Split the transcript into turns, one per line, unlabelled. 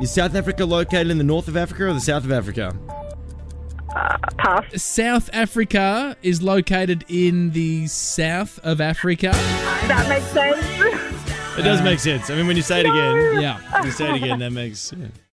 Is South Africa located in the north of Africa or the south of Africa?
Uh, pass.
South Africa is located in the south of Africa.
That makes sense.
It does make sense. I mean, when you say it again,
Yeah.
you say it again, that makes. yeah.